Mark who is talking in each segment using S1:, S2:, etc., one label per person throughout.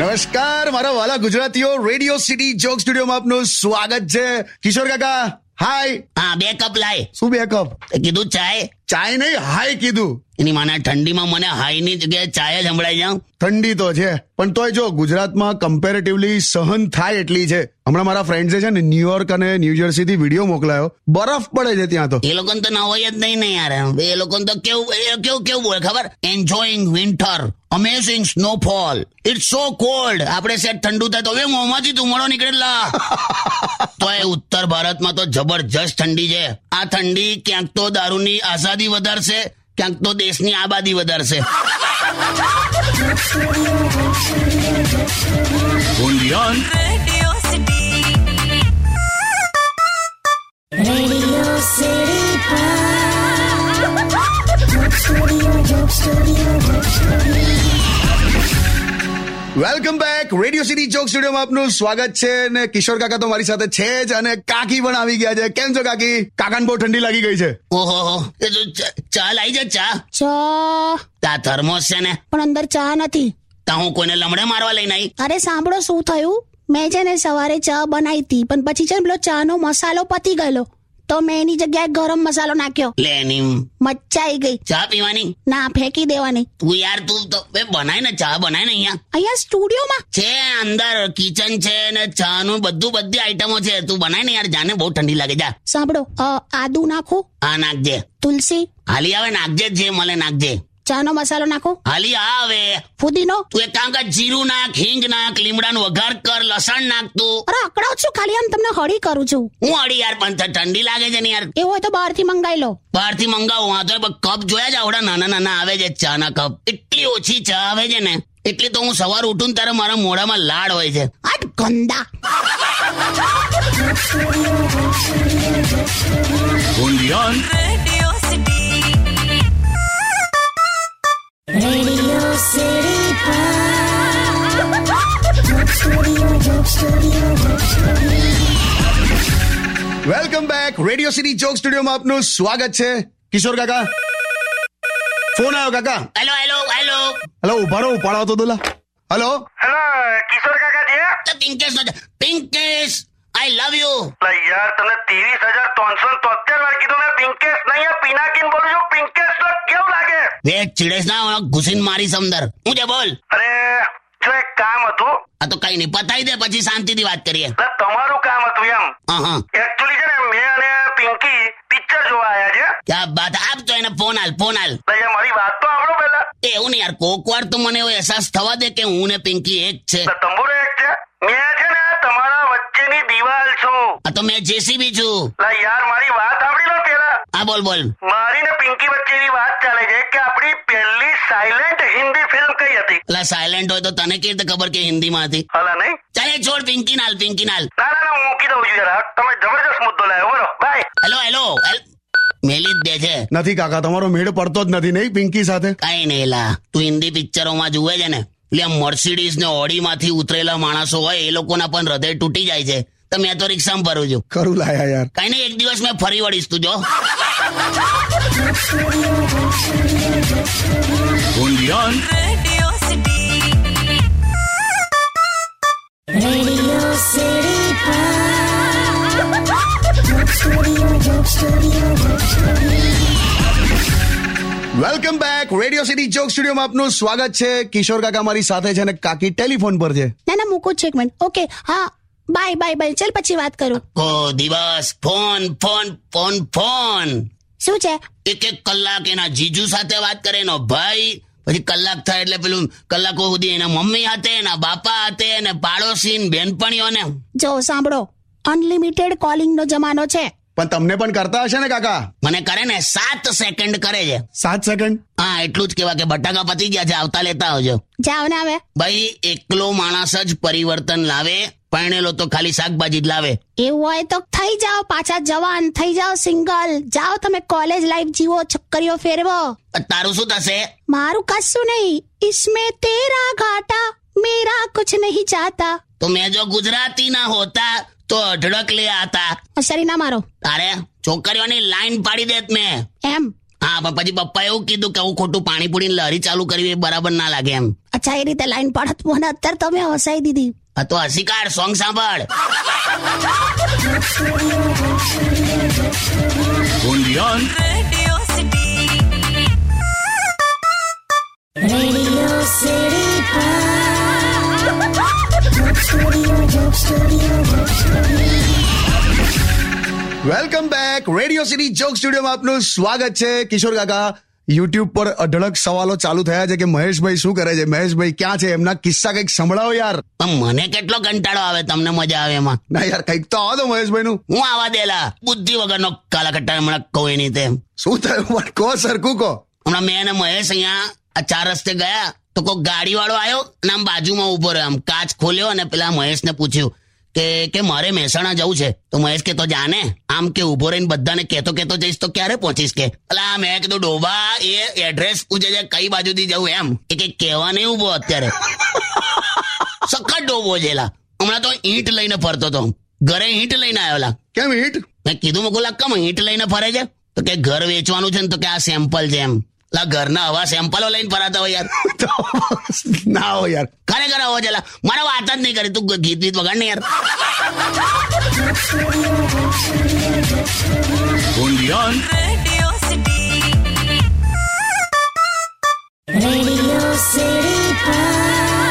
S1: નમસ્કાર મારા વાલા ગુજરાતીઓ રેડિયો સિટી જોક સ્ટુડિયોમાં આપનું સ્વાગત છે કિશોર કાકા હાય
S2: હા બે કપ લાય
S1: શું બે કપ
S2: તે કીધું ચાય
S1: ચાય નહીં હાય કીધું
S2: એની માના ઠંડીમાં મને હાઈની જગ્યાએ ચાય જ સંભળાઈ જાઉં
S1: ઠંડી તો છે પણ તોય જો ગુજરાતમાં કમ્પેરેટિવલી સહન થાય એટલી છે હમણાં મારા ફ્રેન્ડ્સે છે ને ન્યુયોર્ક અને ન્યુજર્સી થી વિડીયો મોકલાયો બરફ પડે છે ત્યાં તો
S2: એ લોકોને તો ના હોય જ નહીં ને યાર એ લોકોને તો કેવું એ કેવું કેવું બોલે ખબર enjoying winter amazing snowfall it's so cold આપણે સેટ ઠંડુ થાય તો હવે મોંમાંથી ધુમાડો નીકળેલા તો એ ઉત્તર ભારતમાં તો જબરજસ્ત ઠંડી છે આ ઠંડી ક્યાંક તો દારૂની આઝાદી વધારશે ક્યાંક તો દેશની આબાદી વધારશે
S3: Radio City.
S4: Radio City.
S1: Welcome back radio city joke સ્ટુડિયોમાં આપનું સ્વાગત છે ને કિશોર કાકા તો મારી સાથે છે જ અને કાકી પણ આવી ગયા છે કેમ છો કાકી કાકાને બહુ ઠંડી લાગી ગઈ છે
S2: ઓહો એ તો ચા- ચા લાઈ જા ચા
S5: ચા
S2: તા થર્મોસ છે ને
S5: પણ અંદર ચા નથી
S2: તા હું કોઈને લમડે મારવા લઈને આવી
S5: અરે સાંભળો શું થયું મેં છે ને સવારે ચા બનાવી હતી પણ પછી છે ને પેલો ચાનો મસાલો પતી ગયેલો તો મેં એની જગ્યાએ ગરમ મસાલો નાખ્યો
S2: લે એની
S5: મચ્ચાઈ ગઈ
S2: ચા પીવાની
S5: ના ફેંકી દેવાની
S2: તું યાર તું તો બે બનાય ને ચા બનાય ને અહીંયા
S5: અહીંયા સ્ટુડિયોમાં
S2: છે અંદર કિચન છે ને ચા નું બધું બધી આઈટમો છે તું બનાય ને યાર જાને બહુ ઠંડી લાગે જા
S5: સાંભળો અ, આદુ નાખો
S2: આ નાખજે
S5: તુલસી
S2: હાલી આવે નાખજે જે મળે નાખજે
S5: ચાનો મસાલો નાખો
S2: હાલી આવે
S5: ફુદીનો
S2: તું એક કામ કર જીરું નાખ હિંગ નાખ લીમડાનો વઘાર કર લસણ નાખ તું
S5: અરે અકડાવ છું ખાલી આમ તમને હળી કરું છું
S2: હું અડી યાર પણ ઠ- ઠંડી લાગે છે ને યાર
S5: એવું હોય તો બહારથી મંગાવી લો
S2: બહારથી મંગાવું વાંધો નહીં, પણ કપ જોયા જ આવડા નાના નાના આવે છે ચાના કપ એટલી ઓછી ચા આવે છે ને એટલી તો હું સવાર ઉઠું ને ત્યારે મારા મોઢામાં લાડ હોય છે
S5: આટ ગંદા
S3: Radio City.
S4: Radio City.
S1: Welcome back radio city joke સ્ટુડિયોમાં આપનું સ્વાગત છે કિશોર કાકા ફોન આવ્યો કાકા
S2: હેલો હેલો હેલો
S1: હલો ઉભારો ઉપાડો તો દોલા હલો
S6: હેલો કિશોર કાકા છે
S2: તો પિંકેશ નો પિંકેશ આઈ લવ યુ
S6: લા યાર તને ત્રીસ હજાર ત્રણસો તોતેર વાર કીધું ને પિંકેશ નહીં આ પિનાકીન બોલું છું પિંકેશ તો કેવું લાગે
S2: વે ચીડેશ ના ઓળખ ઘૂસીને મારી સમદર હું જે બોલ
S6: અરે જો એક કામ હતું
S2: આ તો કઈ નહીં પતાઈ દે પછી શાંતિથી વાત કરીએ
S6: લા તમારું કામ હતું એમ
S2: હા હા
S6: એકચ્યુઅલી છે ને મેં અને પિંકી પિક્ચર જોવા આયા છે
S2: ક્યાં બાત આપજો એને ફોન હાલ ફોન હાલ
S6: લા યાર મારી વાત તો આવડો પેલા
S2: એ એવું નહીં યાર કોક વાર તો મને એવો અહેસાસ થવા દે કે હું ને પિંકી એક છે
S6: લા તંબુરો એક છે મેં છે ને તમારા વચ્ચેની દિવાલ છું
S2: આ તો મેં જેસીબી છું
S6: લા યાર મારી વાત આવડી લો પેલા
S2: હા બોલ બોલ
S6: મારી ને પિંકી વચ્ચેની વાત ચાલે છે કે આપણી પહેલી સાયલેન્ટ હિન્દી ફિલ્મ કઈ હતી
S2: એટલે સાયલેન્ટ હોય તો તને કેવી રીતે ખબર કે હિન્દીમાં હતી
S6: હલા નહીં
S2: ચાલે છોડ પિંકી નાલ પિંકી નાલ
S6: ના ના ના હું મૂકી દઉં છું જરા તમે જબરજસ્ત મુદ્દો લાવ્યો બોલો બાય
S2: હેલો હેલો હેલ- મેલી જ દે છે
S1: નથી કાકા તમારો મેળ પડતો જ નથી નહીં પિંકી સાથે
S2: કઈ નહીં લા તું હિન્દી પિક્ચરોમાં જુએ છે ને એટલે આ મર્સિડીઝ ને ઓડીમાંથી ઉતરેલા માણસો હોય એ લોકોના પણ હૃદય તૂટી જાય છે તો મેં તો રિક્ષામાં ભરું છું
S1: ખરું લાયા યાર
S2: કઈ નહીં એક દિવસ મેં ફરી વળીશ તું જો
S3: Radio City.
S4: Radio City.
S1: Welcome back radio city joke સ્ટુડિયોમાં આપનું સ્વાગત છે કિશોર કાકા મારી સાથે છે અને કાકી ટેલિફોન પર છે
S5: ના ના મૂકું જ છે એક મિનિટ ઓકે હા બાય બાય બાય ચાલ પછી વાત કરું
S2: ઓ દિવસ ફોન ફોન ફોન ફોન
S5: શું છે
S2: એક એક કલાક એના જીજુ સાથે વાત કરે એનો ભાઈ પછી કલાક થાય એટલે પેલું કલાકો સુધી એના મમ્મી હાથે એના બાપા હાથે અને પાડોશી ને બહેનપણીઓને
S5: જો સાંભળો અનલિમિટેડ કોલિંગનો જમાનો છે
S1: પણ તમને પણ કરતા હશે ને કાકા
S2: મને કરે ને સાત સેકન્ડ કરે છે
S1: સાત સેકન્ડ
S2: હા એટલું જ કેવા કે બટાકા પતી ગયા છે આવતા લેતા આવજો
S5: જાઓ ને હવે
S2: ભાઈ એકલો માણસ જ પરિવર્તન લાવે પરણેલો તો ખાલી શાકભાજી જ લાવે
S5: એવું હોય તો થઈ જાઓ પાછા જવાન થઈ જાઓ સિંગલ જાઓ તમે કોલેજ લાઈફ જીવો છોકરીઓ ફેરવો
S2: અ તારું શું થશે
S5: મારું કશું નહીં ઇસમે તેરા ઘાટા મેરા કુછ નહીં ચાહતા
S2: તો મેં જો ગુજરાતી ના હોતા તો અઢળક લે આતા
S5: અસરી ના મારો
S2: તારે છોકરીઓની લાઈન પાડી દેત મેં
S5: એમ
S2: હા પણ પછી પપ્પા એવું કીધું કે હું ખોટું પાણી પૂરી લહેરી ચાલુ કરવી એ બરાબર ના લાગે એમ
S5: અચ્છા એ રીતે લાઈન પડત મને અત્યારે તમે હસાઈ દીધી
S2: આ તો હસીકાર સોંગ સાંભળ
S3: Radio City.
S4: Radio City.
S1: Welcome back radio city joke સ્ટુડિયોમાં આપનું સ્વાગત છે કિશોર કાકા યુટ્યુબ પર અઢળક સવાલો ચાલુ થયા છે કે મહેશભાઈ શું કરે છે મહેશભાઈ ક્યાં છે એમના કિસ્સા કંઈક સંભળાવો યાર
S2: પણ મને કેટલો કંટાળો આવે તમને મજા આવે એમાં
S1: ના યાર કંઈક તો આવો તો મહેશભાઈ નું
S2: હું આવા દેલા બુદ્ધિ વગરનો કાલાકટ્ટા હમણાં કહું એની તેમ
S1: શું થયું પણ કહો સરખું કહો
S2: હમણાં મેં અને મહેશ અહીંયા આ ચાર રસ્તે ગયા તો કોઈ ગાડી વાળો આવ્યો અને આમ બાજુમાં ઉભો રહ્યો આમ કાચ ખોલ્યો અને પેલા મહેશને પૂછ્યું કે કે મારે મહેસાણા જવું છે તો મહેશ કે તો જાને આમ કે ઉભો રહીને બધાને કહેતો કહેતો જઈશ તો ક્યારે પહોંચીશ કે અલા મેં કીધું ડોબા એ એડ્રેસ પૂછે છે કઈ બાજુથી જવું એમ એ કે કહેવા નહીં ઉભો અત્યારે સખત ડોબો જેલા હમણાં તો ઈંટ લઈને ફરતો હતો ઘરે ઈંટ લઈને આવેલા
S1: કેમ હિટ
S2: મેં કીધું મેં કહ્યું કમ ઈંટ લઈને ફરે છે તો કે ઘર વેચવાનું છે ને તો કે આ સેમ્પલ છે એમ લા ઘરના હવા સેમ્પલો લઈને ફરાતા હોય યાર
S1: ના હો યાર
S2: ખરેખર હવા જલા મારે વાત જ નહીં કરી તું ગીત ગીત વગાડ ને યાર
S3: Radio City.
S4: Radio City.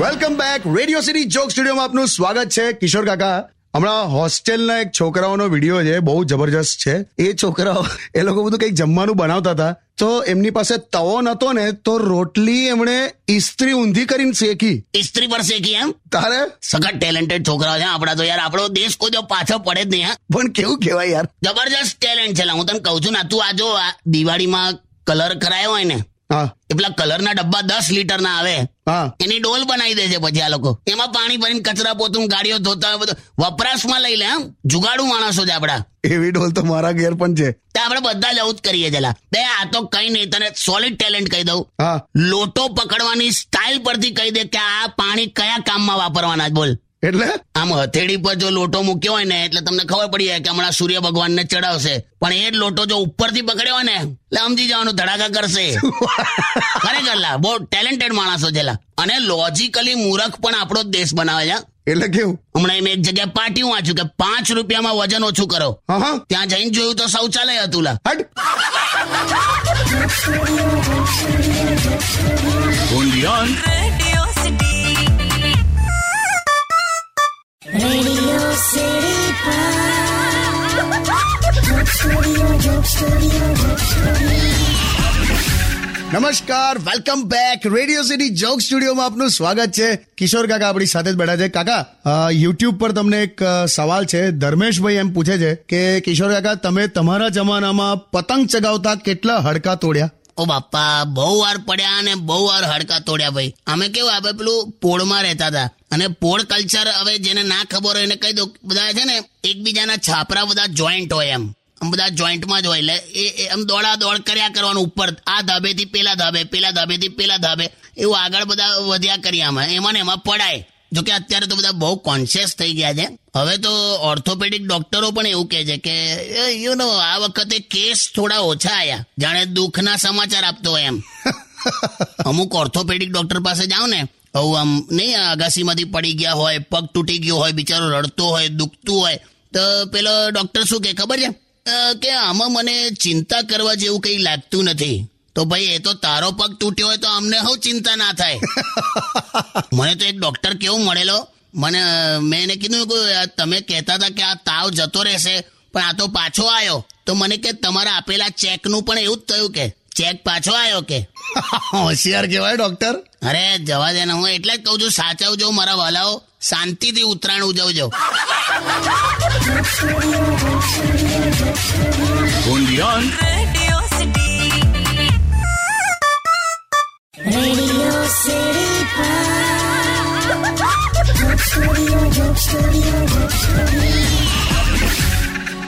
S1: Welcome back radio city joke સ્ટુડિયોમાં આપનું સ્વાગત છે કિશોર કાકા હમણાં હોસ્ટેલના એક છોકરાઓનો વિડીયો છે બહુ જબરજસ્ત છે એ છોકરાઓ એ લોકો બધું કંઈક જમવાનું બનાવતા હતા તો એમની પાસે તવો નતો ને તો રોટલી એમણે ઇસ્ત્રી ઊંધી કરીને શેકી
S2: ઇસ્ત્રી પર શેકી એમ
S1: તારે
S2: સખત ટેલેન્ટેડ છોકરાઓ છે આપડા તો યાર આપણો દેશ કોઈ જો પાછો પડે જ નહીં હા
S1: પણ કેવું કહેવાય યાર
S2: જબરજસ્ત ટેલેન્ટ છે લા. હું તને કહું છું ને તું આ જો આ દિવાળીમાં કલર કરાયો હોય ને
S1: હા
S2: એ પેલા કલરના ડબ્બા દસ લીટર ના આવે
S1: હા
S2: એની ડોલ બનાવી દે છે પછી આ લોકો એમાં પાણી ભરીને કચરા પોતું ગાડીઓ ધોતા હોય બધું વપરાશમાં લઈ લે એમ જુગાડુ માણસો છે આપડા
S1: એવી ડોલ તો મારા ઘેર પણ છે
S2: તો આપણે બધા જ આવું જ કરીએ જલા બે આ તો કઈ નહીં તને સોલિડ ટેલેન્ટ કહી દઉં
S1: હા
S2: લોટો પકડવાની સ્ટાઇલ પરથી કહી દે કે આ પાણી કયા કામમાં વાપરવાના છે બોલ
S1: એટલે
S2: આમ હથેળી પર જો લોટો મૂક્યો હોય ને એટલે તમને ખબર પડી જાય કે હમણાં સૂર્ય ભગવાનને ચડાવશે પણ એ જ લોટો જો ઉપરથી પકડ્યો હોય ને એટલે સમજી જવાનું ધડાકા કરશે ખરેખર લા બહુ ટેલેન્ટેડ માણસો છે લા અને લોજિકલી મૂરખ પણ આપણો જ દેશ બનાવે છે હા.
S1: એટલે કેવું
S2: હમણાં મેં એક જગ્યાએ પાટિયું વાંચ્યું કે પાંચ રૂપિયામાં વજન ઓછું કરો
S1: હા હા
S2: ત્યાં જઈને જોયું તો શૌચાલય હતું લા
S1: હટ
S3: Radio City.
S4: Radio City.
S1: નમસ્કાર welcome back radio city joke સ્ટુડિયોમાં આપનું સ્વાગત છે કિશોર કાકા આપણી સાથે જ બેઠા છે કાકા યુટ્યુબ પર તમને એક અ, સવાલ છે ધર્મેશભાઈ એમ પૂછે છે કે કિશોર કાકા તમે તમારા જમાનામાં પતંગ ચગાવતા કેટલા હડકા તોડ્યા
S2: ઓ બાપા બહુ વાર પડ્યા અને બહુ વાર હડકા તોડ્યા ભાઈ અમે કેવું આપણે પેલું પોળમાં રહેતા હતા અને પોળ કલ્ચર હવે જેને ના ખબર હોય એને કહી દઉં બધા છે ને એકબીજાના છાપરા બધા જોઈન્ટ હોય એમ આમ બધા જોઈન્ટમાં જ હોય એટલે એ- એ આમ દોડા દોડ કર્યા કરવાનું ઉપર આ ધાબેથી પેલા ધાબે પેલા ધાબેથી પેલા ધાબે એવું આગળ બધા વધ્યા કરીએ આમાં એમાં ને એમાં પડાય જો કે અત્યારે તો બધા બહુ કોન્શિયસ થઈ ગયા છે હવે તો ઓર્થોપેડિક ડોક્ટરો પણ એવું કહે છે કે યુ નો આ વખતે કેસ થોડા ઓછા આયા જાણે દુઃખના સમાચાર આપતો હોય એમ અમુક ઓર્થોપેડિક ડોક્ટર પાસે જાઓ ને આવું આમ નહીં આ અગાસીમાંથી પડી ગયા હોય પગ તૂટી ગયો હોય બિચારો રડતો હોય દુખતું હોય તો પેલો ડોક્ટર શું કહે ખબર છે અ, કે આમાં મને ચિંતા કરવા જેવું કંઈ લાગતું નથી તો ભાઈ એ તો તારો પગ તૂટ્યો હોય તો અમને હવ ચિંતા ના થાય મને તો એક ડોક્ટર કેવો મળેલો મને અ, મેં એને કીધું કે આ તમે કહેતા હતા કે આ તાવ જતો રહેશે પણ આ તો પાછો આવ્યો તો મને કે તમારા આપેલા ચેકનું પણ એવું જ થયું કે ચેક પાછો આવ્યો કે
S1: હોશિયાર કહેવાય ડોક્ટર
S2: અરે જવા દે ને હું એટલે જ કહું છું સાચવજો મારા વાલાઓ શાંતિથી ઉત્તરાયણ ઉજવજો
S3: Radio City.
S4: Radio City.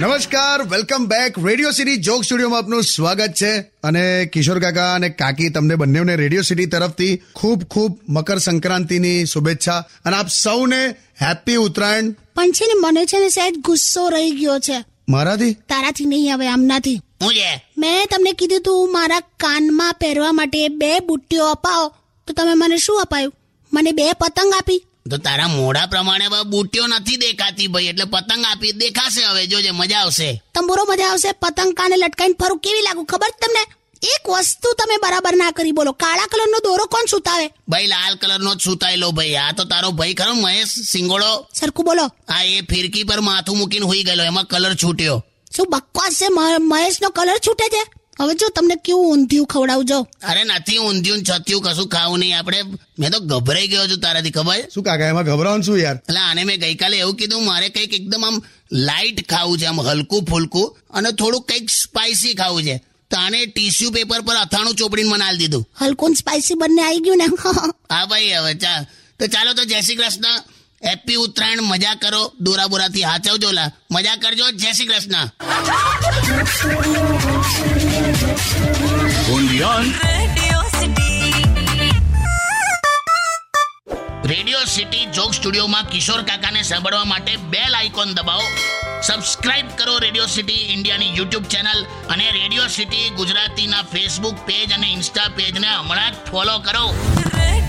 S1: નમસ્કાર welcome back radio city joke સ્ટુડિયોમાં આપનું સ્વાગત છે અને કિશોર કાકા અને કાકી તમને બંનેને રેડિયો સિટી તરફથી ખૂબ ખૂબ મકર સંક્રાંતિની શુભેચ્છા અને આપ સૌને હેપી ઉત્તરાયણ
S5: પણ છે ને મને છે ને સાહેબ ગુસ્સો રહી ગયો છે
S1: મારાથી
S5: તારાથી નહીં હવે આમનાથી
S2: હું છે
S5: મેં તમને કીધું તું મારા કાનમાં પહેરવા માટે બે બુટ્ટીઓ અપાવો તો તમે મને શું અપાયું મને બે પતંગ આપી
S2: તો તારા મોઢા પ્રમાણે હવે બુટ્ટીઓ નથી દેખાતી ભાઈ એટલે પતંગ આપી દેખાશે હવે જોજે મજા આવશે
S5: તંબુરો મજા આવશે પતંગ કાને લટકાઈને ફરું કેવી લાગુ ખબર છે તમને એક વસ્તુ તમે બરાબર ના કરી બોલો કાળા કલરનો દોરો કોણ સુતાવે
S2: ભાઈ લાલ કલરનો જ સુતાયેલો ભાઈ આ તો તારો ભાઈ ખરો મહેશ સિંગોળો
S5: સરખું બોલો
S2: આ એ ફિરકી પર માથું મૂકીને હુઈ ગયેલો એમાં કલર છૂટ્યો
S5: શું બકવાસ છે મ- મહેશનો કલર છૂટે છે હવે જો તમને કેવું ઊંધિયું ખવડાવું જો
S2: અરે નથી ઊંધિયું ને છત્યું કશું ખાવું નહીં આપણે મેં તો ગભરાઈ ગયો છું તારાથી ખબર
S1: શું કાકા એમાં ગભરાવાનું શું યાર
S2: એટલે આને મેં ગઈકાલે એવું કીધું મારે કંઈક એકદમ આમ લાઇટ ખાવું છે આમ હલકું ફૂલકું અને થોડુંક કંઈક સ્પાઇસી ખાવું છે તો આને ટીશ્યુ પેપર પર અથાણું ચોપડીને મને આલી દીધું
S5: હલકું સ્પાઇસી બંને આવી ગયું ને
S2: હા ભાઈ હવે ચા તો ચાલો તો જય શ્રી કૃષ્ણ હેપી ઉત્તરાયણ મજા કરો દોરા બોરાથી હાચવજો લા મજા કરજો જય Shri Krishna
S3: Radio City.
S2: Radio city joke સ્ટુડિયોમાં કિશોર કાકાને સાંભળવા માટે બેલ આઇકોન દબાવો સબસ્ક્રાઇબ કરો રેડિયો સિટી ઇન્ડિયાની યુટ્યુબ ચેનલ અને રેડિયો સિટી ગુજરાતીના ફેસબુક પેજ અને ઇન્સ્ટા પેજને હમણાં જ ફોલો કરો
S3: Radio